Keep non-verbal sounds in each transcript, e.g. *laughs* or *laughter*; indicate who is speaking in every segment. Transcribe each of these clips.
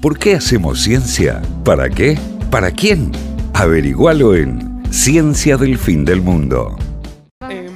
Speaker 1: ¿Por qué hacemos ciencia? ¿Para qué? ¿Para quién? Averigualo en Ciencia del Fin del Mundo.
Speaker 2: Ah.
Speaker 3: Em,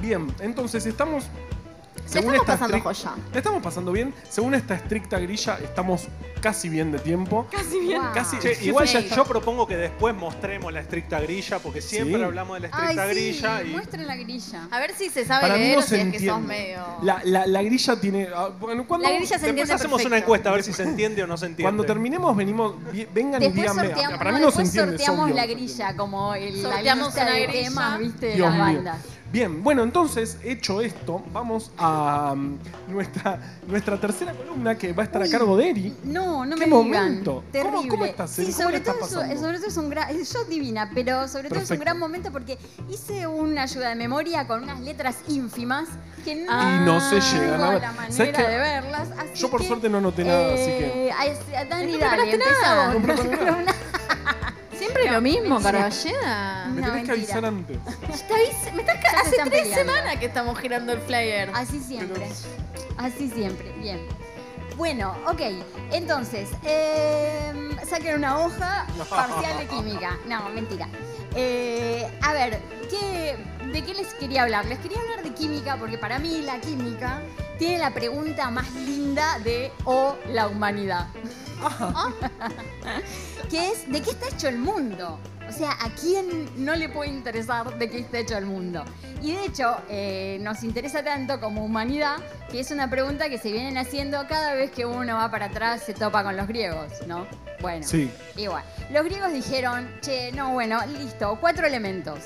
Speaker 3: bien, entonces estamos.
Speaker 4: Le
Speaker 3: según
Speaker 4: estamos
Speaker 3: esta
Speaker 4: pasando
Speaker 3: estric-
Speaker 4: joya.
Speaker 3: Le estamos pasando bien. Según esta estricta grilla, estamos casi bien de tiempo.
Speaker 2: Casi bien.
Speaker 4: Wow.
Speaker 3: Casi-
Speaker 5: Che,
Speaker 3: Sí,
Speaker 5: igual
Speaker 3: sí.
Speaker 5: ya- yo propongo que después mostremos la estricta grilla, porque siempre
Speaker 3: Sí.
Speaker 5: hablamos de la
Speaker 2: Ay,
Speaker 5: estricta
Speaker 2: sí,
Speaker 5: grilla y
Speaker 2: muestre la grilla.
Speaker 4: A ver si se sabe
Speaker 3: Para mí
Speaker 4: leer
Speaker 3: no
Speaker 4: o si
Speaker 3: se
Speaker 4: es que sos
Speaker 3: entiende.
Speaker 4: medio.
Speaker 3: La, la- la grilla tiene. ah, bueno, cuando,
Speaker 4: La grilla se
Speaker 5: después
Speaker 4: entiende
Speaker 5: hacemos
Speaker 4: perfecto.
Speaker 5: una encuesta a ver si se entiende o no se entiende.
Speaker 3: cuando terminemos, venimos. vi- Vengan y
Speaker 2: Después
Speaker 3: díganme.
Speaker 2: sorteamos,
Speaker 3: Para mí
Speaker 2: no,
Speaker 3: no se
Speaker 2: después
Speaker 3: entiende, es
Speaker 2: sorteamos
Speaker 3: obvio,
Speaker 2: la
Speaker 3: no se entiende.
Speaker 2: grilla, como el,
Speaker 4: Sorteamos
Speaker 2: la lista
Speaker 4: una
Speaker 2: de
Speaker 4: grilla.
Speaker 2: temas, viste, de
Speaker 3: Dios
Speaker 2: las
Speaker 3: mío.
Speaker 2: bandas.
Speaker 3: Bien, bueno, entonces, hecho esto, vamos a mm, nuestra, nuestra tercera columna que va a estar a
Speaker 2: Uy,
Speaker 3: cargo de Eri.
Speaker 2: No, no
Speaker 3: ¿Qué
Speaker 2: me digan.
Speaker 3: momento? ¿Cómo-
Speaker 2: Terrible.
Speaker 3: cómo estás, Eli?
Speaker 2: Sí,
Speaker 3: ¿Cómo la
Speaker 2: sobre
Speaker 3: estás
Speaker 2: todo, es, un-
Speaker 3: pasando?
Speaker 2: sobre todo es un gran... Yo divina, pero sobre todo es un
Speaker 3: Perfecto.
Speaker 2: gran momento porque hice una ayuda de memoria con unas letras ínfimas que no...
Speaker 3: Y no se llegan a
Speaker 2: tengo
Speaker 3: ver.
Speaker 2: la
Speaker 3: ¿Sabes
Speaker 2: manera
Speaker 3: qué?
Speaker 2: de verlas, así
Speaker 3: Yo, por
Speaker 2: que,
Speaker 3: suerte, no anoté nada, así que-
Speaker 2: eh, a- a Dani,
Speaker 4: No
Speaker 2: dale,
Speaker 4: preparaste
Speaker 2: empezá.
Speaker 4: nada.
Speaker 3: No
Speaker 2: *laughs*
Speaker 3: preparé nada.
Speaker 2: Columna-
Speaker 4: Siempre lo mismo, Carballeda.
Speaker 3: Me
Speaker 2: no,
Speaker 3: tenés que
Speaker 2: mentira.
Speaker 3: avisar antes.
Speaker 4: Está avis- Me estás ca-
Speaker 2: Ya se
Speaker 4: hace
Speaker 2: están
Speaker 4: tres
Speaker 2: peleando.
Speaker 4: semanas que estamos girando el flyer.
Speaker 2: Así siempre. Así siempre. Bien. Bueno, ok. Entonces, em, saquen una hoja parcial de química. No, mentira. Eh, a ver, ¿qué- ¿de qué les quería hablar? Les quería hablar de química porque para mí la química tiene la pregunta más linda de o la humanidad. que es ¿de qué está hecho el mundo? O sea, ¿a quién no le puede interesar de qué está hecho el mundo? Y de hecho, eh, nos interesa tanto como humanidad que es una pregunta que se vienen haciendo cada vez que uno va para atrás, se topa con los griegos, ¿no? Bueno,
Speaker 3: Sí.
Speaker 2: igual. Los griegos dijeron, che, no, bueno, listo, cuatro elementos.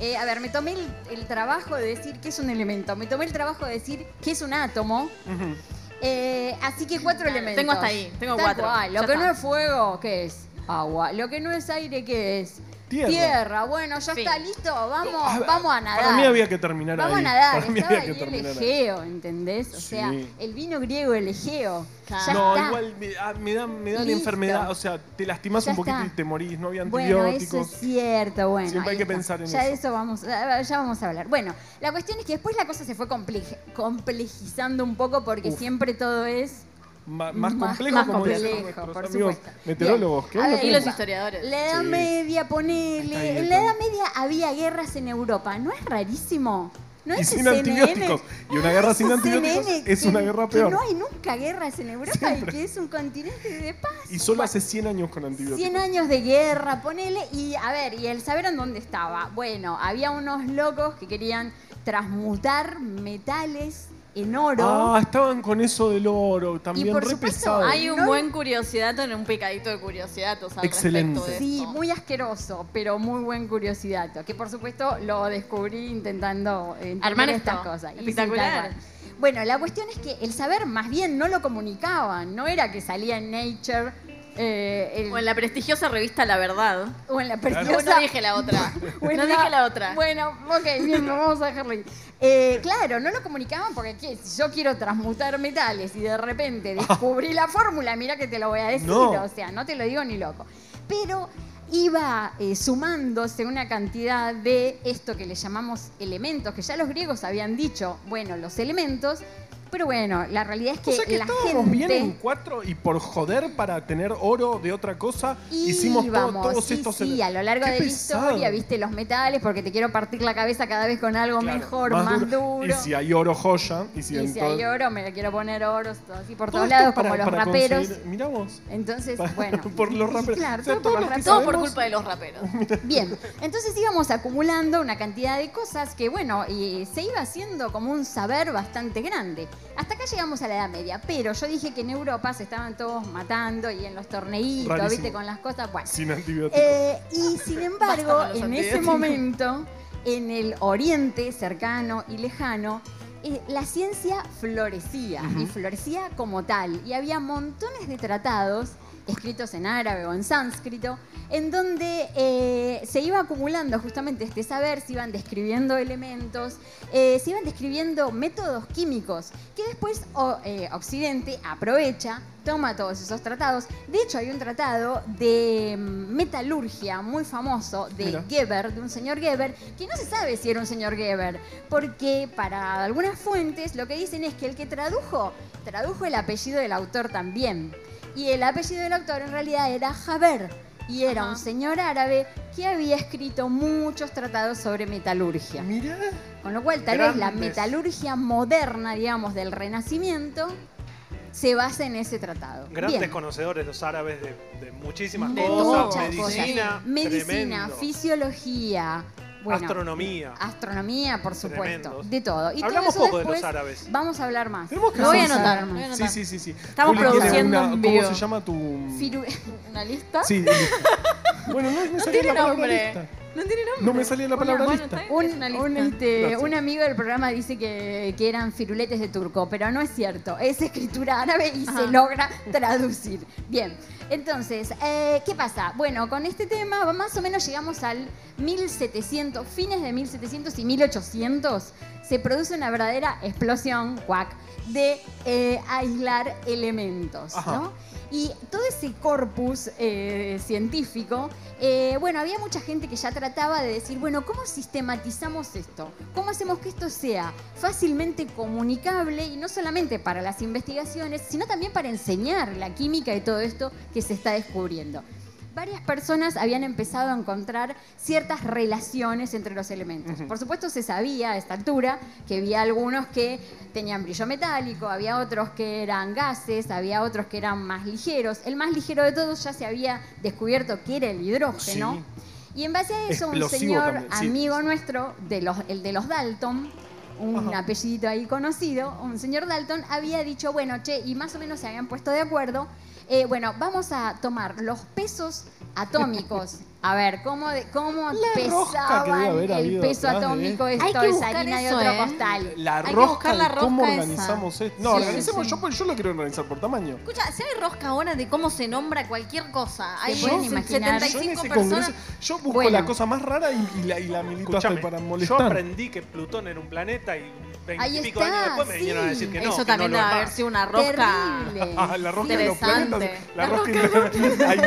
Speaker 2: Eh, a ver, me tomé el, el trabajo de decir qué es un elemento, me tomé el trabajo de decir qué es un átomo,
Speaker 3: Ujú.
Speaker 2: eh, así que cuatro
Speaker 4: Claro,
Speaker 2: elementos.
Speaker 4: tengo hasta ahí, tengo
Speaker 2: Tal
Speaker 4: cuatro,
Speaker 2: cual. Lo
Speaker 4: ya
Speaker 2: que
Speaker 4: está.
Speaker 2: no es fuego, ¿qué es? Agua. Lo que no es aire, ¿qué es?
Speaker 3: Tierra.
Speaker 2: Bueno, ya
Speaker 4: Sí.
Speaker 2: está listo. Vamos,
Speaker 3: Ah,
Speaker 2: vamos a nadar.
Speaker 3: Para mí había que terminar
Speaker 2: Vamos a
Speaker 3: ahí.
Speaker 2: nadar.
Speaker 3: Para mí había
Speaker 2: Estaba
Speaker 3: que
Speaker 2: ahí el
Speaker 3: terminar ahí.
Speaker 2: Egeo, ¿entendés? O
Speaker 3: Sí.
Speaker 2: sea, el vino griego, el Egeo.
Speaker 4: Claro.
Speaker 2: Ya
Speaker 3: no,
Speaker 2: está.
Speaker 3: igual me, ah, me dan, me dan
Speaker 2: Listo.
Speaker 3: enfermedad, o sea, te lastimas
Speaker 2: Ya
Speaker 3: un poquito
Speaker 2: está.
Speaker 3: y te morís, no había
Speaker 2: Bueno, eso es
Speaker 3: antibióticos.
Speaker 2: cierto, bueno.
Speaker 3: Siempre hay
Speaker 2: ahí
Speaker 3: que
Speaker 2: está.
Speaker 3: pensar en
Speaker 2: ya
Speaker 3: eso.
Speaker 2: de eso vamos, ah, ya vamos a hablar. Bueno, la cuestión es que después la cosa se fue compleje- complejizando un poco porque
Speaker 3: Uf.
Speaker 2: siempre todo es
Speaker 3: Ma- más
Speaker 2: Más-
Speaker 3: complejo,
Speaker 2: más
Speaker 3: como dicen
Speaker 2: complejo,
Speaker 3: nuestros
Speaker 2: por
Speaker 3: amigos
Speaker 2: supuesto.
Speaker 3: meteorólogos.
Speaker 2: Bien.
Speaker 3: ¿Qué
Speaker 2: A
Speaker 3: onda
Speaker 2: ver,
Speaker 4: Y
Speaker 3: con
Speaker 4: los
Speaker 3: eso?
Speaker 4: historiadores.
Speaker 2: La Edad
Speaker 3: Sí.
Speaker 2: Media, ponele.
Speaker 3: Ahí está, ahí
Speaker 2: en
Speaker 3: está.
Speaker 2: la Edad Media había guerras en Europa. ¿No es rarísimo? ¿No
Speaker 3: y
Speaker 2: es
Speaker 3: sin
Speaker 2: CNN?
Speaker 3: antibióticos. Y una
Speaker 2: *laughs*
Speaker 3: guerra sin
Speaker 2: Eso
Speaker 3: antibióticos
Speaker 2: CNN,
Speaker 3: es
Speaker 2: que-
Speaker 3: una guerra
Speaker 2: que no
Speaker 3: peor.
Speaker 2: hay nunca guerras en Europa
Speaker 3: Siempre.
Speaker 2: y que es un continente de paz.
Speaker 3: Y solo hace 100 años con antibióticos.
Speaker 2: 100 años de guerra, ponele. Y a ver, y el saber en dónde estaba. Bueno, había unos locos que querían transmutar metales en oro.
Speaker 3: Ah, estaban con eso del oro, también
Speaker 2: Y por
Speaker 3: re
Speaker 2: supuesto,
Speaker 3: pesado.
Speaker 4: Hay un
Speaker 2: No.
Speaker 4: buen curiosidad en un picadito de curiosidad, o sea, al
Speaker 3: Excelente.
Speaker 4: respecto de
Speaker 2: Sí,
Speaker 4: esto.
Speaker 2: muy asqueroso, pero muy buen curiosidad. Que por supuesto lo descubrí intentando eh, entender
Speaker 4: Armar esto.
Speaker 2: estas cosas. Y sí,
Speaker 4: Espectacular.
Speaker 2: tal cual. bueno, la cuestión es que el saber más bien no lo comunicaban, no era que salía en Nature eh, el-
Speaker 4: O en la prestigiosa revista La Verdad.
Speaker 2: o en la
Speaker 4: Yo
Speaker 2: preciosa.
Speaker 4: no dije
Speaker 3: *laughs*
Speaker 4: la otra.
Speaker 2: Bueno,
Speaker 4: no dije la otra.
Speaker 2: Bueno, ok, bien, lo vamos a dejarlo ahí. Eh, claro, no lo comunicaban porque ¿qué? si yo quiero transmutar metales y de repente descubrí la fórmula, mira que te lo voy a decir,
Speaker 3: Ah. No.
Speaker 2: o sea, no te lo digo ni loco. Pero iba eh, sumándose una cantidad de esto que le llamamos elementos, que ya los griegos habían dicho, bueno, los elementos, pero bueno, la realidad es que,
Speaker 3: o sea que
Speaker 2: la
Speaker 3: estábamos
Speaker 2: gente...
Speaker 3: bien en cuatro y por joder para tener oro de otra cosa
Speaker 2: Y
Speaker 3: hicimos to-
Speaker 2: vamos,
Speaker 3: todos
Speaker 2: sí,
Speaker 3: estos
Speaker 2: sí, a lo largo
Speaker 3: Qué
Speaker 2: de la
Speaker 3: pesado.
Speaker 2: historia viste los metales porque te quiero partir la cabeza cada vez con algo
Speaker 3: Claro,
Speaker 2: mejor, más, duro.
Speaker 3: Y si hay oro joya, y si,
Speaker 2: Y si
Speaker 3: entonces-
Speaker 2: hay oro, me lo quiero poner oro, todo así por
Speaker 3: Todo
Speaker 2: todos
Speaker 3: esto
Speaker 2: lados,
Speaker 3: para-
Speaker 2: como los
Speaker 3: para
Speaker 2: raperos.
Speaker 3: conseguir- Mirá vos.
Speaker 2: Entonces,
Speaker 3: Para-
Speaker 2: bueno.
Speaker 3: *laughs* por los raperos.
Speaker 2: Claro,
Speaker 3: O sea,
Speaker 2: todo
Speaker 3: todos
Speaker 2: por
Speaker 3: los que
Speaker 2: raperos.
Speaker 4: Todo por
Speaker 3: sabemos-
Speaker 4: culpa de los raperos.
Speaker 2: Bien, entonces íbamos acumulando una cantidad de cosas que, bueno, y se iba haciendo como un saber bastante grande. Hasta acá llegamos a la Edad Media, pero yo dije que en Europa se estaban todos matando y en los torneitos,
Speaker 3: Rarísimo.
Speaker 2: viste, con las cosas. Bueno,
Speaker 3: Sin antibióticos.
Speaker 2: Eh,
Speaker 4: *laughs*
Speaker 2: y sin embargo,
Speaker 4: Basta con los
Speaker 2: en ese
Speaker 4: antibióticos.
Speaker 2: momento, en el oriente cercano y lejano, eh, la ciencia florecía y florecía como tal. Y había montones de tratados escritos en árabe o en sánscrito, en donde eh, se iba acumulando justamente este saber, se iban describiendo elementos, eh, se iban describiendo métodos químicos, que después o- eh, Occidente aprovecha, toma todos esos tratados. De hecho, hay un tratado de mm, metalurgia muy famoso de
Speaker 3: Mira.
Speaker 2: Geber, de un señor Geber, que no se sabe si era un señor Geber, porque para algunas fuentes lo que dicen es que el que tradujo, tradujo el apellido del autor también. Y el apellido del autor en realidad era Jaber. Y era
Speaker 4: Ajá.
Speaker 2: un señor árabe que había escrito muchos tratados sobre metalurgia.
Speaker 3: Mirá.
Speaker 2: Con lo cual, tal vez la
Speaker 3: Grandes.
Speaker 2: metalurgia moderna, digamos, del Renacimiento, se basa en ese tratado.
Speaker 5: Grandes
Speaker 2: Bien.
Speaker 5: conocedores los árabes de, de muchísimas
Speaker 2: Muchas
Speaker 5: cosas,
Speaker 2: cosas.
Speaker 5: medicina,
Speaker 2: Medicina,
Speaker 5: tremendo.
Speaker 2: fisiología, bueno,
Speaker 5: astronomía.
Speaker 2: astronomía, por supuesto,
Speaker 5: Tremendos.
Speaker 2: de todo. Y todo
Speaker 5: Hablamos
Speaker 2: eso
Speaker 5: poco de
Speaker 2: después
Speaker 5: los árabes.
Speaker 2: Vamos a hablar más.
Speaker 3: Tenemos que
Speaker 2: Lo voy a
Speaker 3: hacer-
Speaker 2: anotar.
Speaker 4: Voy a
Speaker 2: más.
Speaker 3: Sí, sí, sí, sí.
Speaker 4: Estamos
Speaker 3: tiene
Speaker 4: produciendo
Speaker 3: una-
Speaker 4: en vivo.
Speaker 3: ¿Cómo se llama tu...?
Speaker 2: Firu-
Speaker 4: ¿Una lista?
Speaker 3: Sí,
Speaker 4: *laughs*
Speaker 3: lista. Bueno, no, no,
Speaker 4: No
Speaker 3: salía
Speaker 4: tiene
Speaker 3: la palabra
Speaker 4: nombre.
Speaker 3: lista.
Speaker 4: No tiene nombre.
Speaker 3: No me salía la
Speaker 4: Una-
Speaker 3: palabra
Speaker 4: bueno,
Speaker 3: lista.
Speaker 4: está bien,
Speaker 2: Un,
Speaker 4: es una lista.
Speaker 2: un, este,
Speaker 3: Gracias.
Speaker 2: un amigo del programa dice que, que eran firuletes de turco, pero no es cierto. Es escritura árabe y
Speaker 4: Ajá.
Speaker 2: se logra traducir. Bien, entonces, eh, ¿qué pasa? Bueno, con este tema más o menos llegamos al 1700, fines de 1700 y 1800, se produce una verdadera explosión, cuac, de eh, aislar elementos,
Speaker 3: Ajá.
Speaker 2: ¿no? Y todo ese corpus eh, científico, eh, bueno, había mucha gente que ya trataba de decir, bueno, ¿cómo sistematizamos esto? ¿Cómo hacemos que esto sea fácilmente comunicable y no solamente para las investigaciones, sino también para enseñar la química y todo esto que se está descubriendo? Varias personas habían empezado a encontrar ciertas relaciones entre los elementos. Por supuesto, se sabía a esta altura que había algunos que tenían brillo metálico, había otros que eran gases, había otros que eran más ligeros. El más ligero de todos ya se había descubierto que era el hidrógeno. Y en base a eso, un
Speaker 3: Explosivo
Speaker 2: señor
Speaker 3: también, sí.
Speaker 2: amigo nuestro, de los, el de los Dalton, un
Speaker 3: Ajá.
Speaker 2: apellidito ahí conocido, un señor Dalton, había dicho, bueno, che, y más o menos se habían puesto de acuerdo, eh, bueno, vamos a tomar los pesos
Speaker 3: *laughs*
Speaker 2: atómicos. A ver, ¿cómo, de- cómo
Speaker 3: rosca que debe
Speaker 2: pesaban
Speaker 3: haber
Speaker 2: el
Speaker 3: habido
Speaker 2: peso
Speaker 3: atrás de-
Speaker 2: atómico
Speaker 4: Hay
Speaker 2: esto
Speaker 4: que
Speaker 2: es
Speaker 4: buscar
Speaker 2: harina de
Speaker 4: eso,
Speaker 2: otro
Speaker 4: ¿eh?
Speaker 2: costal?
Speaker 3: La
Speaker 4: Hay que
Speaker 3: rosca
Speaker 4: buscar la
Speaker 3: de cómo
Speaker 4: rosca esa.
Speaker 3: organizamos esto. No,
Speaker 4: Sí,
Speaker 3: organicemos,
Speaker 4: sí.
Speaker 3: Yo, yo lo quiero organizar por tamaño.
Speaker 4: Escucha, si hay rosca ahora de cómo se nombra cualquier cosa. Hay
Speaker 2: pueden
Speaker 4: se-
Speaker 2: imaginar?
Speaker 3: Yo en
Speaker 4: 75
Speaker 3: ese
Speaker 4: personas.
Speaker 3: congreso, yo busco
Speaker 2: Bueno.
Speaker 3: la cosa más rara y, y la, y la milito hasta
Speaker 5: Escuchame,
Speaker 3: para
Speaker 5: yo
Speaker 3: molestar.
Speaker 5: aprendí que Plutón era un planeta y
Speaker 2: Ahí
Speaker 5: veintipico
Speaker 2: está,
Speaker 5: años después me vinieron a decir que no.
Speaker 4: Eso
Speaker 5: que
Speaker 4: también
Speaker 5: no lo es
Speaker 4: debe haber
Speaker 5: más.
Speaker 4: sido una rosca.
Speaker 3: *laughs*
Speaker 2: Terrible.
Speaker 3: Ah, la rosca de los
Speaker 4: Interesante.
Speaker 3: planetas. La,
Speaker 4: La
Speaker 3: rosca, y
Speaker 4: rosca
Speaker 3: la- *laughs* Hay
Speaker 2: La rosca de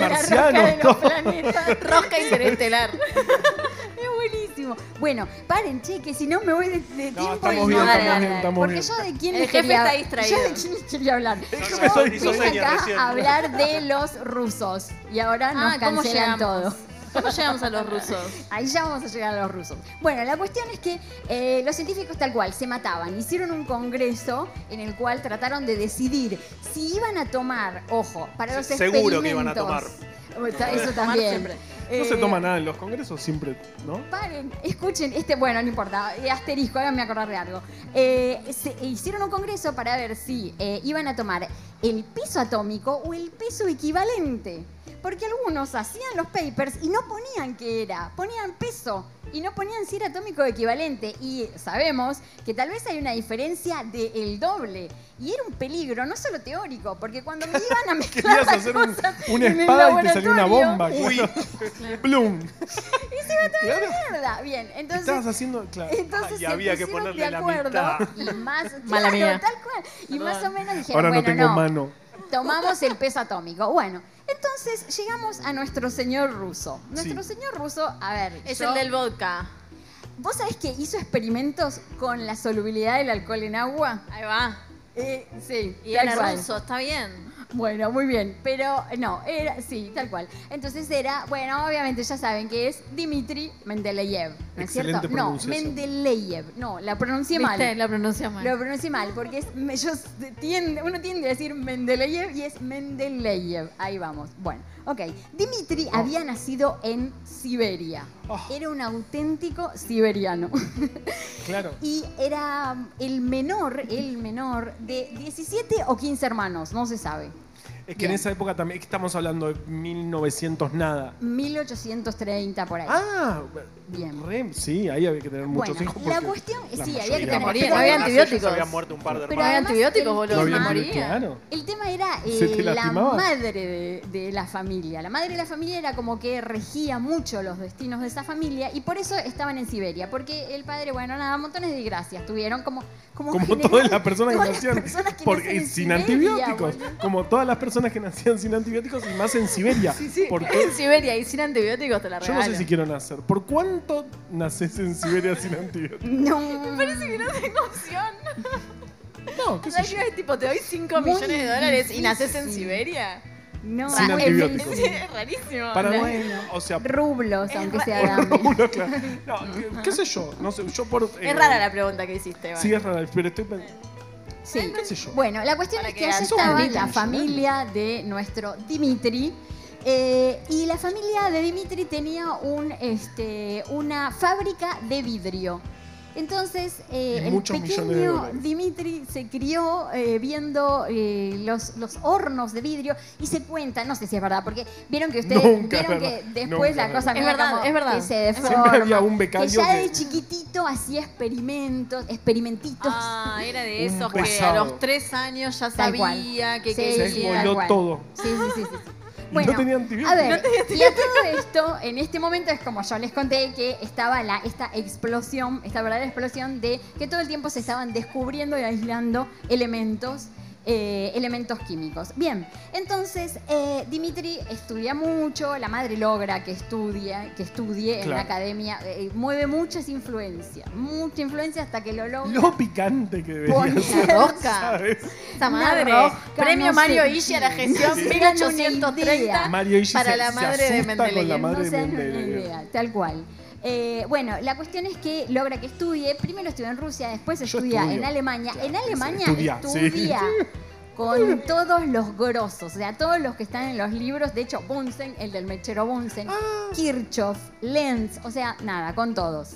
Speaker 3: marcianos.
Speaker 2: los
Speaker 3: todo.
Speaker 2: planetas.
Speaker 4: Rosca interestelar.
Speaker 2: Es buenísimo. Bueno, paren, che, que si no me voy de, de
Speaker 5: No,
Speaker 2: tiempo
Speaker 5: estamos
Speaker 2: y
Speaker 5: bien,
Speaker 4: dale,
Speaker 2: no.
Speaker 3: estamos
Speaker 4: dale,
Speaker 3: bien,
Speaker 4: dale.
Speaker 3: estamos
Speaker 2: Porque
Speaker 3: bien.
Speaker 2: yo de quién
Speaker 4: El
Speaker 2: les
Speaker 4: jefe
Speaker 2: quería,
Speaker 4: está distraído.
Speaker 2: Yo de quién les quería hablar.
Speaker 5: Yo
Speaker 2: Yo
Speaker 5: soy-
Speaker 2: vine
Speaker 5: soy
Speaker 2: acá
Speaker 5: recién.
Speaker 2: a hablar de los rusos y ahora nos
Speaker 4: Ah, ¿cómo llegamos?
Speaker 2: cancelan todo.
Speaker 4: ¿Cómo llegamos a los rusos?
Speaker 2: Ahí ya vamos a llegar a los rusos. Bueno, la cuestión es que eh, los científicos tal cual se mataban. Hicieron un congreso en el cual trataron de decidir si iban a tomar, ojo, para
Speaker 5: Se-
Speaker 2: los
Speaker 5: seguro que iban a
Speaker 2: experimentos. Eso también.
Speaker 4: Tomar siempre.
Speaker 3: No se
Speaker 2: Eh,
Speaker 3: toma nada en los congresos, siempre,
Speaker 2: *laughs*
Speaker 3: ¿no?
Speaker 2: Paren, escuchen, este, bueno, no importa, eh, asterisco, háganme acordar de algo. Eh, se- eh, hicieron un congreso para ver si eh, iban a tomar el peso atómico o el peso equivalente. Porque algunos hacían los papers y no ponían qué era, ponían peso y no ponían si era atómico o equivalente. Y sabemos que tal vez hay una diferencia del doble. Y era un peligro, no solo teórico, porque cuando me iban a mezclar
Speaker 3: Querías
Speaker 2: las
Speaker 3: hacer un-
Speaker 2: cosas
Speaker 3: una
Speaker 2: en el
Speaker 3: espada y te salió una
Speaker 2: laboratorio,
Speaker 3: bomba.
Speaker 5: Uy.
Speaker 2: *laughs*
Speaker 3: Bloom. Y se va
Speaker 2: mierda. Bien, entonces eh,
Speaker 3: Estabas haciendo. Claro.
Speaker 2: Entonces
Speaker 5: Ay,
Speaker 2: se
Speaker 5: había que
Speaker 2: pusieron
Speaker 5: ponerle
Speaker 2: de
Speaker 5: la
Speaker 2: acuerdo
Speaker 5: mitad.
Speaker 2: y
Speaker 4: *laughs*
Speaker 2: más
Speaker 4: Mala
Speaker 2: claro,
Speaker 4: mía.
Speaker 2: tal cual. Y
Speaker 4: Perdón.
Speaker 2: más o menos dijeron,
Speaker 3: Ahora no
Speaker 2: bueno,
Speaker 3: tengo mano.
Speaker 2: tomamos el peso atómico. Bueno, entonces llegamos a nuestro señor ruso. Nuestro
Speaker 3: Sí.
Speaker 2: señor ruso, a ver,
Speaker 4: Es
Speaker 2: yo-
Speaker 4: el del vodka.
Speaker 2: vos sabés que hizo experimentos con la solubilidad del alcohol en agua.
Speaker 4: Ahí va.
Speaker 2: Eh, sí,
Speaker 4: Y
Speaker 2: tal
Speaker 4: era
Speaker 2: cual.
Speaker 4: ruso, está bien.
Speaker 2: Bueno, muy bien, pero no, era sí, tal cual. Entonces era, bueno, obviamente ya saben que es Dmitri Mendeleev, ¿no es
Speaker 3: Excelente
Speaker 2: cierto? No,
Speaker 3: pronunciación.
Speaker 2: Mendeleev, no, la pronuncié mal.
Speaker 4: Viste, Lo pronuncia mal.
Speaker 2: Lo pronuncié mal porque es, me- yo s- tiende- uno tiende a decir Mendeleev y es Mendeleev. Ahí vamos. Bueno, ok. Dimitri había nacido en Siberia.
Speaker 3: Oh.
Speaker 2: Era un auténtico siberiano. *laughs*
Speaker 3: Claro.
Speaker 2: Y era um, el menor, el menor de 17 o 15 hermanos, no se sabe.
Speaker 3: Es que
Speaker 2: Bien.
Speaker 3: en esa época también. Estamos hablando de 1900 nada.
Speaker 2: 1830 por ahí.
Speaker 3: Ah,
Speaker 2: Bien.
Speaker 3: re- sí, ahí había que tener muchos
Speaker 2: Bueno,
Speaker 3: hijos.
Speaker 2: la
Speaker 3: porque
Speaker 2: cuestión-
Speaker 3: la
Speaker 2: sí, había
Speaker 3: mayoría-
Speaker 2: que tener-
Speaker 3: aparte,
Speaker 4: No había antibióticos.
Speaker 5: Se habían muerto un par de
Speaker 2: Pero
Speaker 5: hermanos.
Speaker 4: había
Speaker 2: además,
Speaker 4: antibióticos,
Speaker 2: el
Speaker 4: boludo.
Speaker 3: No
Speaker 2: tema-
Speaker 3: había
Speaker 4: se
Speaker 3: nadie,
Speaker 4: moría.
Speaker 3: claro.
Speaker 2: El tema era
Speaker 3: *laughs* ¿Se
Speaker 2: eh,
Speaker 3: te
Speaker 2: la
Speaker 3: lastimaba?
Speaker 2: madre de, de la familia. La madre de la familia era como que regía mucho los destinos de esa familia y por eso estaban en Siberia. Porque el padre, bueno, nada, montones de desgracias tuvieron como... Como,
Speaker 3: Como
Speaker 2: general-
Speaker 3: todas las personas que
Speaker 2: todas las
Speaker 3: nacían
Speaker 2: personas que
Speaker 3: porque-
Speaker 2: nacen en
Speaker 3: sin
Speaker 2: Siberia,
Speaker 3: antibióticos.
Speaker 2: boludo.
Speaker 3: Como todas las personas que nacían sin antibióticos y más en Siberia.
Speaker 4: *laughs*
Speaker 3: Porque
Speaker 4: En Siberia y sin antibióticos te la
Speaker 3: yo
Speaker 4: regalo.
Speaker 3: no sé si quiero nacer. ¿Por cuánto naces en Siberia sin antibióticos?
Speaker 2: No.
Speaker 4: no tengo opción.
Speaker 3: No, qué
Speaker 4: O sea,
Speaker 3: sé yo.
Speaker 4: yo es tipo, te doy 5
Speaker 2: Muy
Speaker 4: millones de dólares y naces en
Speaker 2: difícil.
Speaker 4: Siberia. *laughs*
Speaker 2: No,
Speaker 3: Sin
Speaker 2: es-
Speaker 3: antibióticos.
Speaker 2: es-
Speaker 4: Sí, es rarísimo.
Speaker 3: Para
Speaker 2: no.
Speaker 3: mí, o sea,
Speaker 2: rublos, aunque sea dame.
Speaker 3: *laughs* uno, claro. No, qué- qué sé yo, no sé, yo por... eh,
Speaker 4: Es rara la pregunta que hiciste, Iván.
Speaker 3: Sí, es rara, pero estoy... pen-
Speaker 2: Sí.
Speaker 3: ¿Qué sé yo?
Speaker 2: Bueno, la cuestión
Speaker 4: Para
Speaker 2: es
Speaker 4: que
Speaker 2: que allá
Speaker 4: hagas
Speaker 3: un
Speaker 2: estaba
Speaker 3: bonito
Speaker 2: la
Speaker 3: millonario.
Speaker 2: familia de nuestro Dimitri. eh, y la familia de Dimitri tenía un, este, una fábrica de vidrio. Entonces, eh,
Speaker 3: Y
Speaker 2: el
Speaker 3: muchos millones de
Speaker 2: pequeño
Speaker 3: dólares.
Speaker 2: Dimitri se crió eh, viendo eh, los, los hornos de vidrio y se cuenta, no sé si es verdad, porque vieron que ustedes
Speaker 3: Nunca es
Speaker 2: vieron que
Speaker 3: verdad,
Speaker 2: después
Speaker 3: nunca
Speaker 2: la
Speaker 3: es
Speaker 2: cosa
Speaker 4: verdad.
Speaker 2: medio
Speaker 4: Es verdad,
Speaker 2: como
Speaker 4: es verdad.
Speaker 2: que se
Speaker 4: Es verdad.
Speaker 2: deforma.
Speaker 3: Siempre había un
Speaker 2: que
Speaker 3: becario
Speaker 2: ya
Speaker 3: que...
Speaker 2: de chiquitito hacía experimentos, experimentitos.
Speaker 4: Ah, era de
Speaker 3: Un
Speaker 4: esos que a
Speaker 3: pesado.
Speaker 4: los tres años ya
Speaker 2: Tal cual.
Speaker 4: sabía que
Speaker 2: Sí,
Speaker 3: se
Speaker 2: sí,
Speaker 4: quería.
Speaker 2: tal
Speaker 3: voló
Speaker 2: cual.
Speaker 3: todo.
Speaker 2: Sí, sí, sí, sí,
Speaker 3: *laughs*
Speaker 2: sí.
Speaker 3: Y
Speaker 2: Bueno,
Speaker 3: no tenía
Speaker 2: a
Speaker 3: antibióticos.
Speaker 2: ver, y a todo esto, en este momento es como yo les conté que estaba la, esta explosión, esta verdadera explosión de que todo el tiempo se estaban descubriendo y aislando elementos, eh, elementos químicos. Bien, entonces eh, Dimitri estudia mucho, la madre logra que estudie, que estudie en
Speaker 3: Claro.
Speaker 2: la academia, eh, mueve muchas influencias, mucha influencia hasta que lo logra.
Speaker 3: Lo picante que debería *laughs*
Speaker 2: Pone
Speaker 3: ser,
Speaker 4: la rosca.
Speaker 3: ¿sabes?
Speaker 4: Esa
Speaker 2: Una
Speaker 4: madre.
Speaker 2: rosca,
Speaker 4: Premio
Speaker 2: no
Speaker 4: Mario
Speaker 2: sé.
Speaker 4: Illa a la gestión
Speaker 2: Sí. Tengan una
Speaker 4: 1830.
Speaker 2: idea.
Speaker 3: Mario Ishii
Speaker 4: Para
Speaker 3: se,
Speaker 4: la
Speaker 3: se
Speaker 4: madre
Speaker 3: asusta
Speaker 4: de
Speaker 3: con la
Speaker 4: Mendeleev,
Speaker 3: madre
Speaker 2: no
Speaker 3: de
Speaker 2: se dan una
Speaker 3: Mendeleev.
Speaker 2: idea, tal cual. Eh, bueno, la cuestión es que logra que estudie. Primero estudia en Rusia, después estudia
Speaker 3: estudio.
Speaker 2: en Alemania.
Speaker 3: Claro,
Speaker 2: en Alemania
Speaker 3: sí, estudia,
Speaker 2: estudia,
Speaker 3: sí. *laughs*
Speaker 2: con todos los grosos, o sea, todos los que están en los libros. De hecho, Bunsen, el del mechero Bunsen,
Speaker 3: Ah.
Speaker 2: Kirchhoff, Lenz, o sea, nada, con todos.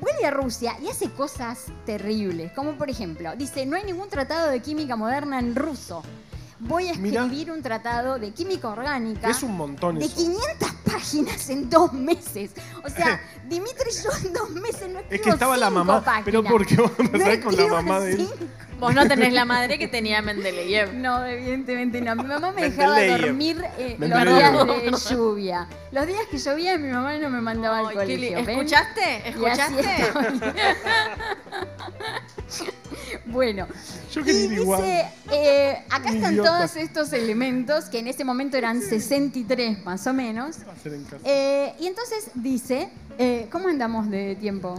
Speaker 2: Vuelve a Rusia y hace cosas terribles, como por ejemplo, dice, no hay ningún tratado de química moderna en ruso. Voy a
Speaker 3: Mirá.
Speaker 2: escribir un tratado de química orgánica
Speaker 3: Es un montón
Speaker 2: de
Speaker 3: eso.
Speaker 2: 500 páginas en dos meses.
Speaker 3: *laughs*
Speaker 2: O sea, Dimitri y yo en dos meses no
Speaker 3: Es que estaba la mamá, pero
Speaker 2: porque
Speaker 3: porque vamos a pasar con la mamá de él.
Speaker 4: Vos no tenés la madre que tenía Mendeleev.
Speaker 2: No, evidentemente no. Mi
Speaker 3: *laughs*
Speaker 2: mamá me dejaba
Speaker 5: Mendeleev.
Speaker 2: dormir eh, los
Speaker 3: Mendeleev.
Speaker 2: días
Speaker 3: *laughs*
Speaker 2: de lluvia. Los días que llovía mi mamá no me mandaba al
Speaker 4: Ay, Kili,
Speaker 2: colegio. ¿ven?
Speaker 4: ¿Escuchaste?
Speaker 2: Y así
Speaker 4: ¿Escuchaste?
Speaker 2: estoy. *laughs* bueno,
Speaker 3: Yo
Speaker 2: Y
Speaker 3: quería ir igual.
Speaker 2: dice, eh, acá
Speaker 3: Un
Speaker 2: están
Speaker 3: idiota.
Speaker 2: todos estos elementos que en ese momento eran 63 más o menos.
Speaker 3: Hacer en casa.
Speaker 2: Eh, y entonces dice, eh, ¿cómo andamos de tiempo?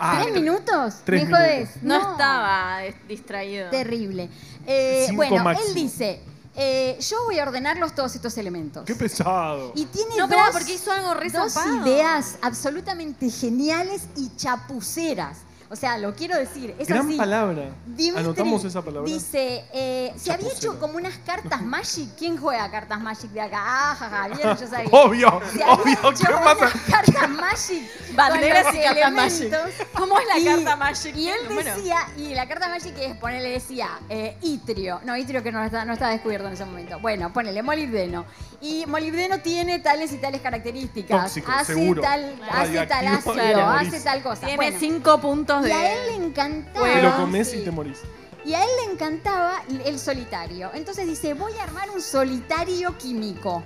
Speaker 3: Ah,
Speaker 2: ¿Tres minutos?
Speaker 3: tres
Speaker 2: ¿Me jodés?
Speaker 3: minutos.
Speaker 4: No estaba eh, distraído.
Speaker 2: Terrible. Eh,
Speaker 3: Cinco
Speaker 2: bueno,
Speaker 3: máximo.
Speaker 2: él dice, eh, yo voy a ordenarlos todos estos elementos.
Speaker 3: Qué pesado.
Speaker 2: y tiene
Speaker 4: No,
Speaker 2: dos,
Speaker 4: pará, porque hizo algo re
Speaker 2: dos
Speaker 4: zarpado.
Speaker 2: ideas absolutamente geniales y chapuceras. O sea, lo quiero decir, es
Speaker 3: Gran
Speaker 2: así.
Speaker 3: palabra.
Speaker 2: Dimitri
Speaker 3: Anotamos esa palabra.
Speaker 2: Dice, eh, se había
Speaker 3: Chapucero.
Speaker 2: hecho como unas
Speaker 3: *laughs*
Speaker 2: cartas Magic. ¿Quién juega cartas Magic de acá? Ah, jaja, bien,
Speaker 3: *laughs*
Speaker 2: yo sabía.
Speaker 3: Obvio,
Speaker 2: Se había
Speaker 3: obvio.
Speaker 2: hecho
Speaker 3: ¿Qué
Speaker 2: unas
Speaker 3: pasa?
Speaker 2: *laughs* cartas Magic.
Speaker 4: Banderas
Speaker 2: con
Speaker 4: y
Speaker 2: los
Speaker 4: cartas Magic.
Speaker 2: elementos.
Speaker 4: ¿Cómo es la
Speaker 2: Y-
Speaker 4: carta Magic?
Speaker 2: Y él
Speaker 4: ¿Qué número?
Speaker 2: decía, y la carta Magic es, ponele, decía, eh, itrio. No, itrio que no está- no estaba descubierto en ese momento. Bueno, ponele, molibdeno. Y molibdeno tiene tales y tales características.
Speaker 3: Tóxico,
Speaker 2: hace
Speaker 3: seguro.
Speaker 2: tal, hace tal
Speaker 3: Radioactivo
Speaker 2: ácido,
Speaker 3: y te
Speaker 2: hace
Speaker 3: morís.
Speaker 2: tal cosa.
Speaker 4: Tiene
Speaker 2: Bueno,
Speaker 4: cinco puntos de.
Speaker 2: y a él le encantaba.
Speaker 3: Te
Speaker 4: Bueno,
Speaker 3: lo comes y
Speaker 2: Sí.
Speaker 3: te morís.
Speaker 2: Y a él le encantaba el solitario. Entonces dice, voy a armar un solitario químico.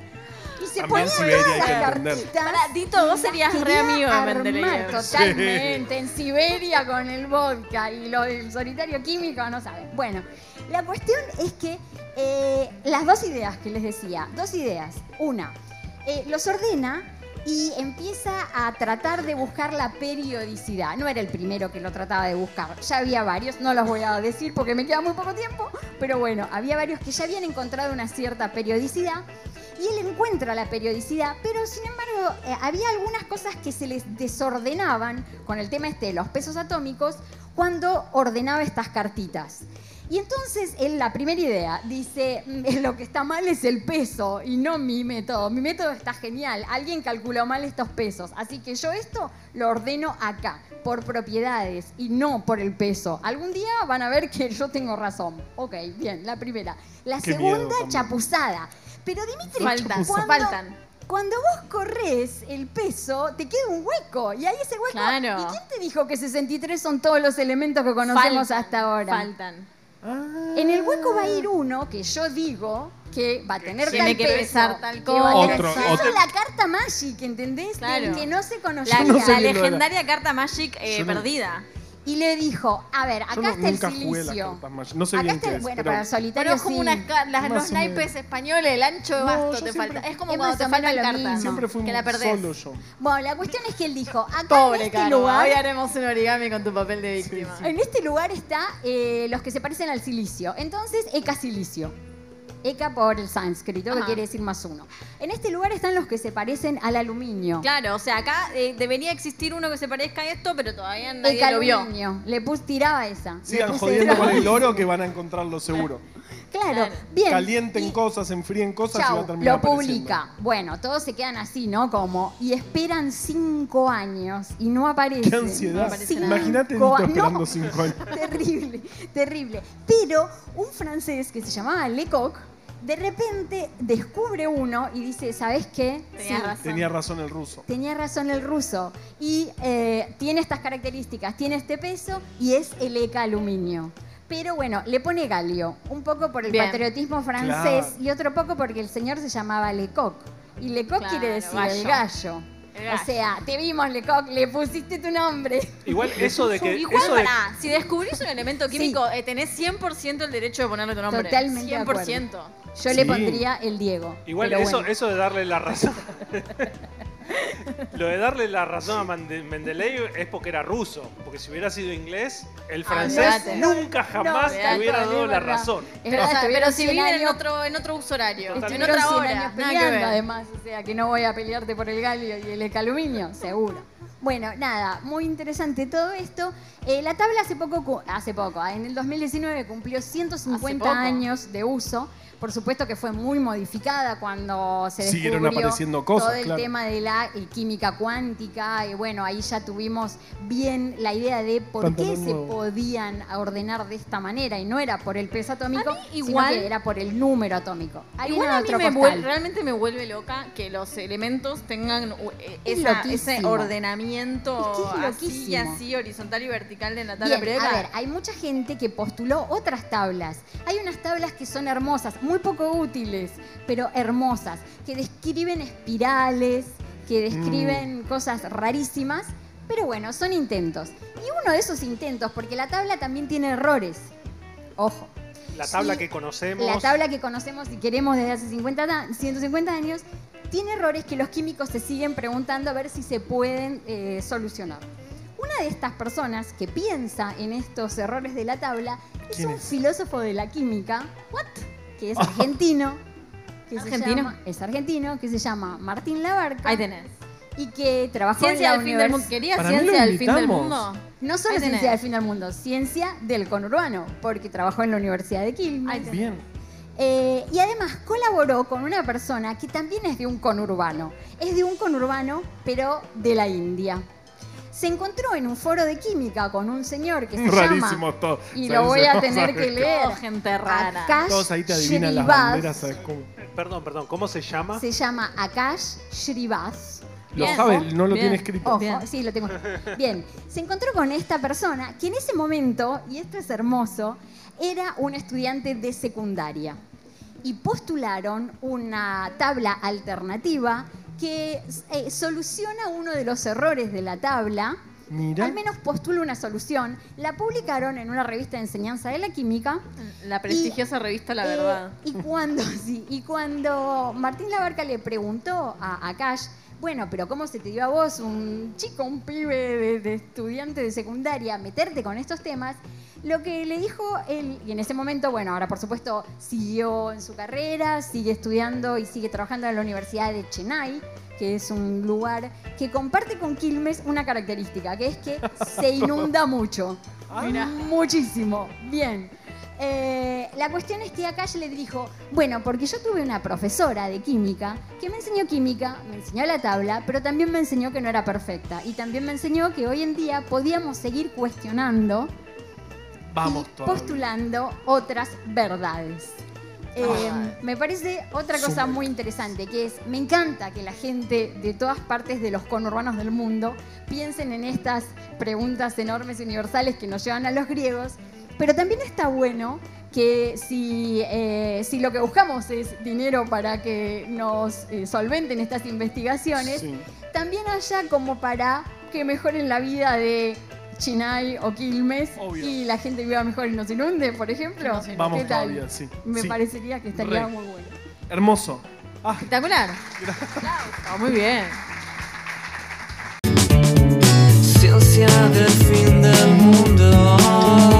Speaker 2: Y se
Speaker 3: También
Speaker 2: ponía
Speaker 3: Siberia
Speaker 2: todas
Speaker 3: hay
Speaker 2: las
Speaker 3: que entender.
Speaker 2: cartitas.
Speaker 4: Pará, Tito, vos
Speaker 2: y las
Speaker 4: serías re
Speaker 2: quería
Speaker 4: amigo de
Speaker 2: armar
Speaker 4: Mendeleev.
Speaker 2: Totalmente, en Siberia con el vodka y lo del solitario químico, no saben. Bueno, la cuestión es que eh, las dos ideas que les decía, dos ideas. Una, eh, los ordena y empieza a tratar de buscar la periodicidad. No era el primero que lo trataba de buscar, ya había varios, no los voy a decir porque me queda muy poco tiempo, pero bueno, había varios que ya habían encontrado una cierta periodicidad y él encuentra la periodicidad, pero sin embargo eh, había algunas cosas que se les desordenaban con el tema este de los pesos atómicos cuando ordenaba estas cartitas. Y entonces él, la primera idea, dice, "Mm, lo que está mal es el peso y no mi método. Mi método está genial, alguien calculó mal estos pesos, así que yo esto lo ordeno acá, por propiedades y no por el peso. Algún día van a ver que yo tengo razón. Ok, bien, la primera. La
Speaker 3: Qué miedo
Speaker 2: segunda,
Speaker 3: también.
Speaker 2: chapuzada. Pero Dimitri,
Speaker 4: Faltan,
Speaker 2: cuando-
Speaker 4: faltan.
Speaker 2: Cuando vos corres el peso, te queda un hueco. Y ahí ese hueco.
Speaker 4: Claro.
Speaker 2: ¿Y quién te dijo que 63 son todos los elementos que conocemos
Speaker 4: Faltan,
Speaker 2: hasta ahora?
Speaker 4: Faltan.
Speaker 3: Ah.
Speaker 2: En el hueco va a ir uno que yo digo que va a tener
Speaker 4: Tiene
Speaker 2: tal
Speaker 4: que
Speaker 2: peso,
Speaker 4: pesar tal
Speaker 2: que va a tener-
Speaker 3: Otro,
Speaker 2: Esa
Speaker 3: otro.
Speaker 2: es la carta Magic, ¿entendés?
Speaker 4: Claro.
Speaker 2: Del que no se conocía.
Speaker 4: La,
Speaker 3: no sé
Speaker 4: la
Speaker 3: bien lo de la-
Speaker 4: legendaria carta Magic eh,
Speaker 3: Yo no-
Speaker 4: perdida.
Speaker 2: Y le dijo, a ver, acá
Speaker 3: Yo no-
Speaker 2: está el
Speaker 3: nunca jugué las
Speaker 2: silicio.
Speaker 3: cartas Magic. No sé
Speaker 2: acá
Speaker 3: bien
Speaker 2: está
Speaker 3: qué
Speaker 2: el,
Speaker 3: es.
Speaker 2: bueno,
Speaker 3: pero-
Speaker 2: para el
Speaker 4: Pero
Speaker 2: solitario
Speaker 4: es como
Speaker 2: sí.
Speaker 4: unas ca- las-
Speaker 3: Más
Speaker 4: los
Speaker 3: o menos.
Speaker 4: naipes españoles, el ancho de
Speaker 3: No,
Speaker 4: basto
Speaker 3: yo
Speaker 4: te
Speaker 3: siempre-
Speaker 4: falta. Es como
Speaker 2: es
Speaker 4: cuando
Speaker 2: más
Speaker 4: te
Speaker 2: o menos
Speaker 4: faltan
Speaker 2: lo
Speaker 4: cartas.
Speaker 3: *laughs*
Speaker 2: mismo.
Speaker 3: Siempre fui
Speaker 4: que
Speaker 3: un
Speaker 4: la perdés.
Speaker 3: solo yo.
Speaker 2: Bueno, la cuestión es que él dijo, acá en
Speaker 4: Pobre
Speaker 2: este
Speaker 4: cara.
Speaker 2: lugar
Speaker 4: Hoy haremos un origami con tu papel de víctima.
Speaker 2: En este lugar está eh, los que se parecen al silicio. Entonces, eca silicio. Eka por el sánscrito, que
Speaker 4: Ajá.
Speaker 2: quiere decir más uno. En este lugar están los que se parecen al aluminio.
Speaker 4: Claro, o sea, acá eh, debería existir uno que se parezca a esto, pero todavía nadie
Speaker 2: Eka
Speaker 4: lo vio.
Speaker 2: aluminio. Le puse, tiraba esa. Le
Speaker 3: Sigan
Speaker 2: puse
Speaker 3: jodiendo
Speaker 2: tiraba
Speaker 3: con el
Speaker 2: esa.
Speaker 3: oro que van a encontrarlo seguro.
Speaker 2: *laughs* Claro,
Speaker 4: Claro.
Speaker 2: bien.
Speaker 3: Calienten
Speaker 2: Y-
Speaker 3: cosas, enfríen cosas y va a
Speaker 2: Chau,
Speaker 3: terminar
Speaker 2: lo
Speaker 3: apareciendo.
Speaker 2: publica. Bueno, todos se quedan así, ¿no? Como, y esperan cinco años y no aparece.
Speaker 3: Qué ansiedad.
Speaker 4: aparece nada.
Speaker 3: Imagínate
Speaker 2: Cinco
Speaker 3: Dito
Speaker 2: a-
Speaker 3: esperando
Speaker 2: no.
Speaker 3: cinco años.
Speaker 2: *laughs* Terrible, terrible. Pero un francés que se llamaba Lecoq, de repente descubre uno y dice, ¿sabes qué?
Speaker 4: Tenía razón.
Speaker 3: Tenía razón el ruso.
Speaker 2: Tenía razón el ruso. Y eh, tiene estas características, tiene este peso y es el eca aluminio. Pero bueno, le pone galio, un poco por el
Speaker 4: Bien.
Speaker 2: patriotismo francés
Speaker 3: Claro.
Speaker 2: y otro poco porque el señor se llamaba Lecoq. Y Lecoq
Speaker 4: Claro,
Speaker 2: quiere decir
Speaker 4: gallo.
Speaker 2: el gallo.
Speaker 4: El gallo.
Speaker 2: O sea, te vimos Lecoq, le pusiste tu nombre.
Speaker 5: Igual
Speaker 4: *laughs*
Speaker 5: eso de que.
Speaker 4: Igual,
Speaker 5: eso de-
Speaker 4: pará, si descubrís un elemento químico, eh, tenés 100% el derecho de ponerle tu nombre.
Speaker 2: Totalmente de acuerdo.
Speaker 4: 100%.
Speaker 2: Yo le
Speaker 3: Sí.
Speaker 2: pondría el Diego.
Speaker 5: Igual
Speaker 2: pero
Speaker 5: eso,
Speaker 2: bueno.
Speaker 5: eso de darle la razón. Lo de darle la razón a Mande- Mendeleev es porque era ruso. Porque si hubiera sido inglés, el francés
Speaker 4: olvídate.
Speaker 5: nunca jamás
Speaker 4: olvídate,
Speaker 5: te hubiera dado
Speaker 2: es
Speaker 5: la
Speaker 2: verdad.
Speaker 5: razón.
Speaker 2: Es
Speaker 4: Pero,
Speaker 2: verdad,
Speaker 4: o sea,
Speaker 2: estuvieron
Speaker 4: pero si
Speaker 2: 100
Speaker 4: viven en
Speaker 2: años-
Speaker 4: otro, en otro uso horario, en
Speaker 2: Estuvieron
Speaker 4: otra
Speaker 2: 100
Speaker 4: hora,
Speaker 2: años
Speaker 4: nada que
Speaker 2: peleando,
Speaker 4: ver.
Speaker 2: además, o sea, que no voy a pelearte por el galio y el ecaluminio, seguro. Bueno, nada, muy interesante todo esto. Eh, la tabla hace poco, cu- hace poco, ah, en el 2019 cumplió 150
Speaker 4: Hace poco.
Speaker 2: años de uso. Por supuesto que fue muy modificada cuando se descubrió
Speaker 3: Siguieron apareciendo cosas,
Speaker 2: todo el
Speaker 3: claro.
Speaker 2: tema de la eh, química cuántica y bueno, ahí ya tuvimos bien la idea de por qué
Speaker 3: Pantalón
Speaker 2: se
Speaker 3: nuevo.
Speaker 2: podían ordenar de esta manera y no era por el peso atómico,
Speaker 4: mí
Speaker 2: sino
Speaker 4: igual-
Speaker 2: que era por el número atómico. Harina
Speaker 4: Igual
Speaker 2: de
Speaker 4: a mí
Speaker 2: otro
Speaker 4: me
Speaker 2: costal.
Speaker 4: vuel- realmente me vuelve loca que los elementos tengan u- eh,
Speaker 2: Es
Speaker 4: esa- ese
Speaker 2: loquísimo.
Speaker 4: ordenamiento
Speaker 2: Es que es
Speaker 4: así y
Speaker 2: loquísimo.
Speaker 4: así, horizontal y vertical de la tabla
Speaker 2: Bien,
Speaker 4: periódica.
Speaker 2: a ver, hay mucha gente que postuló otras tablas. Hay unas tablas que son hermosas, muy poco útiles, pero hermosas, que describen espirales, que describen cosas rarísimas, pero bueno, son intentos. Y uno de esos intentos, porque la tabla también tiene errores. Ojo.
Speaker 5: La tabla
Speaker 2: Sí,
Speaker 5: que conocemos.
Speaker 2: La tabla que conocemos y queremos desde hace 50, ta- 150 años tiene errores que los químicos se siguen preguntando a ver si se pueden eh, solucionar. Una de estas personas que piensa en estos errores de la tabla es
Speaker 3: ¿Quién
Speaker 2: un
Speaker 3: es?
Speaker 2: filósofo de la química, ¿what?
Speaker 3: *laughs*
Speaker 2: que es argentino. Que se
Speaker 4: ¿Argentino?
Speaker 2: llama- es argentino, que se llama Martín Labarca
Speaker 4: Ahí tenés.
Speaker 2: y que trabajó
Speaker 4: Ciencia
Speaker 2: en la
Speaker 4: del fin del mundo.
Speaker 2: univers-
Speaker 4: ¿Quería
Speaker 3: Para mí lo
Speaker 4: ciencia del fin del
Speaker 3: invitamos.
Speaker 4: mundo?
Speaker 2: No solo
Speaker 4: Ahí tenés.
Speaker 2: ciencia del fin del mundo, ciencia del conurbano, porque trabajó en la Universidad de Quilmes.
Speaker 4: Ahí tenés.
Speaker 3: Bien.
Speaker 2: Eh, y además colaboró con una persona que también es de un conurbano. Es de un conurbano, pero de la India. Se encontró en un foro de química con un señor que se
Speaker 3: Rarísimo
Speaker 2: llama.
Speaker 3: todo.
Speaker 2: Y
Speaker 3: ¿Sabes?
Speaker 2: lo voy a
Speaker 3: Vamos
Speaker 2: tener
Speaker 3: ver.
Speaker 2: que leer.
Speaker 4: Todo gente rara.
Speaker 2: Akash
Speaker 3: Todos ahí te adivinan las
Speaker 2: Shrivas.
Speaker 3: banderas, ¿sabes cómo?
Speaker 5: Perdón, perdón, ¿cómo se llama?
Speaker 2: Se llama Akash Shrivas.
Speaker 3: Lo
Speaker 4: Bien.
Speaker 3: sabe, no lo
Speaker 4: Bien.
Speaker 3: tiene escrito.
Speaker 2: Ojo,
Speaker 4: Bien.
Speaker 2: sí, lo tengo. Bien, se encontró con esta persona que en ese momento, y esto es hermoso, era un estudiante de secundaria. Y postularon una tabla alternativa que eh, soluciona uno de los errores de la tabla.
Speaker 3: Mira.
Speaker 2: Al menos postula una solución. La publicaron en una revista de enseñanza de la química.
Speaker 4: La prestigiosa revista La
Speaker 2: Eh,
Speaker 4: Verdad.
Speaker 2: y cuando, *laughs* sí, y cuando Martín Labarca le preguntó a, a Cash, bueno, pero ¿cómo se te dio a vos, un chico, un pibe de, de estudiante de secundaria, meterte con estos temas? Lo que le dijo él, y en ese momento, bueno, ahora por supuesto siguió en su carrera, sigue estudiando y sigue trabajando en la Universidad de Chennai, que es un lugar que comparte con Quilmes una característica, que es que
Speaker 4: *laughs*
Speaker 2: se inunda mucho.
Speaker 4: Mirá.
Speaker 2: Muchísimo. Bien. Eh, la cuestión es que acá yo le dijo, bueno, porque yo tuve una profesora de química que me enseñó química, me enseñó la tabla, pero también me enseñó que no era perfecta. Y también me enseñó que hoy en día podíamos seguir cuestionando
Speaker 3: Vamos
Speaker 2: y
Speaker 3: todavía.
Speaker 2: postulando otras verdades. Eh, me parece otra cosa muy interesante, que es, me encanta que la gente de todas partes de los conurbanos del mundo piensen en estas preguntas enormes universales que nos llevan a los griegos, pero también está bueno que si, eh, si lo que buscamos es dinero para que nos eh, solventen estas investigaciones,
Speaker 3: Sí.
Speaker 2: también haya como para que mejoren la vida de Chinay o Quilmes
Speaker 3: Obvio.
Speaker 2: y la gente viva mejor y no se inunde, por ejemplo.
Speaker 4: No se
Speaker 3: Vamos
Speaker 2: ¿Qué tal?
Speaker 3: todavía, sí.
Speaker 2: Me
Speaker 3: sí.
Speaker 2: parecería que estaría
Speaker 3: Re.
Speaker 2: muy bueno.
Speaker 3: Hermoso. Ah,
Speaker 4: Espectacular.
Speaker 2: *laughs*
Speaker 4: Aplauso, muy bien.
Speaker 6: Ciencia del fin del mundo.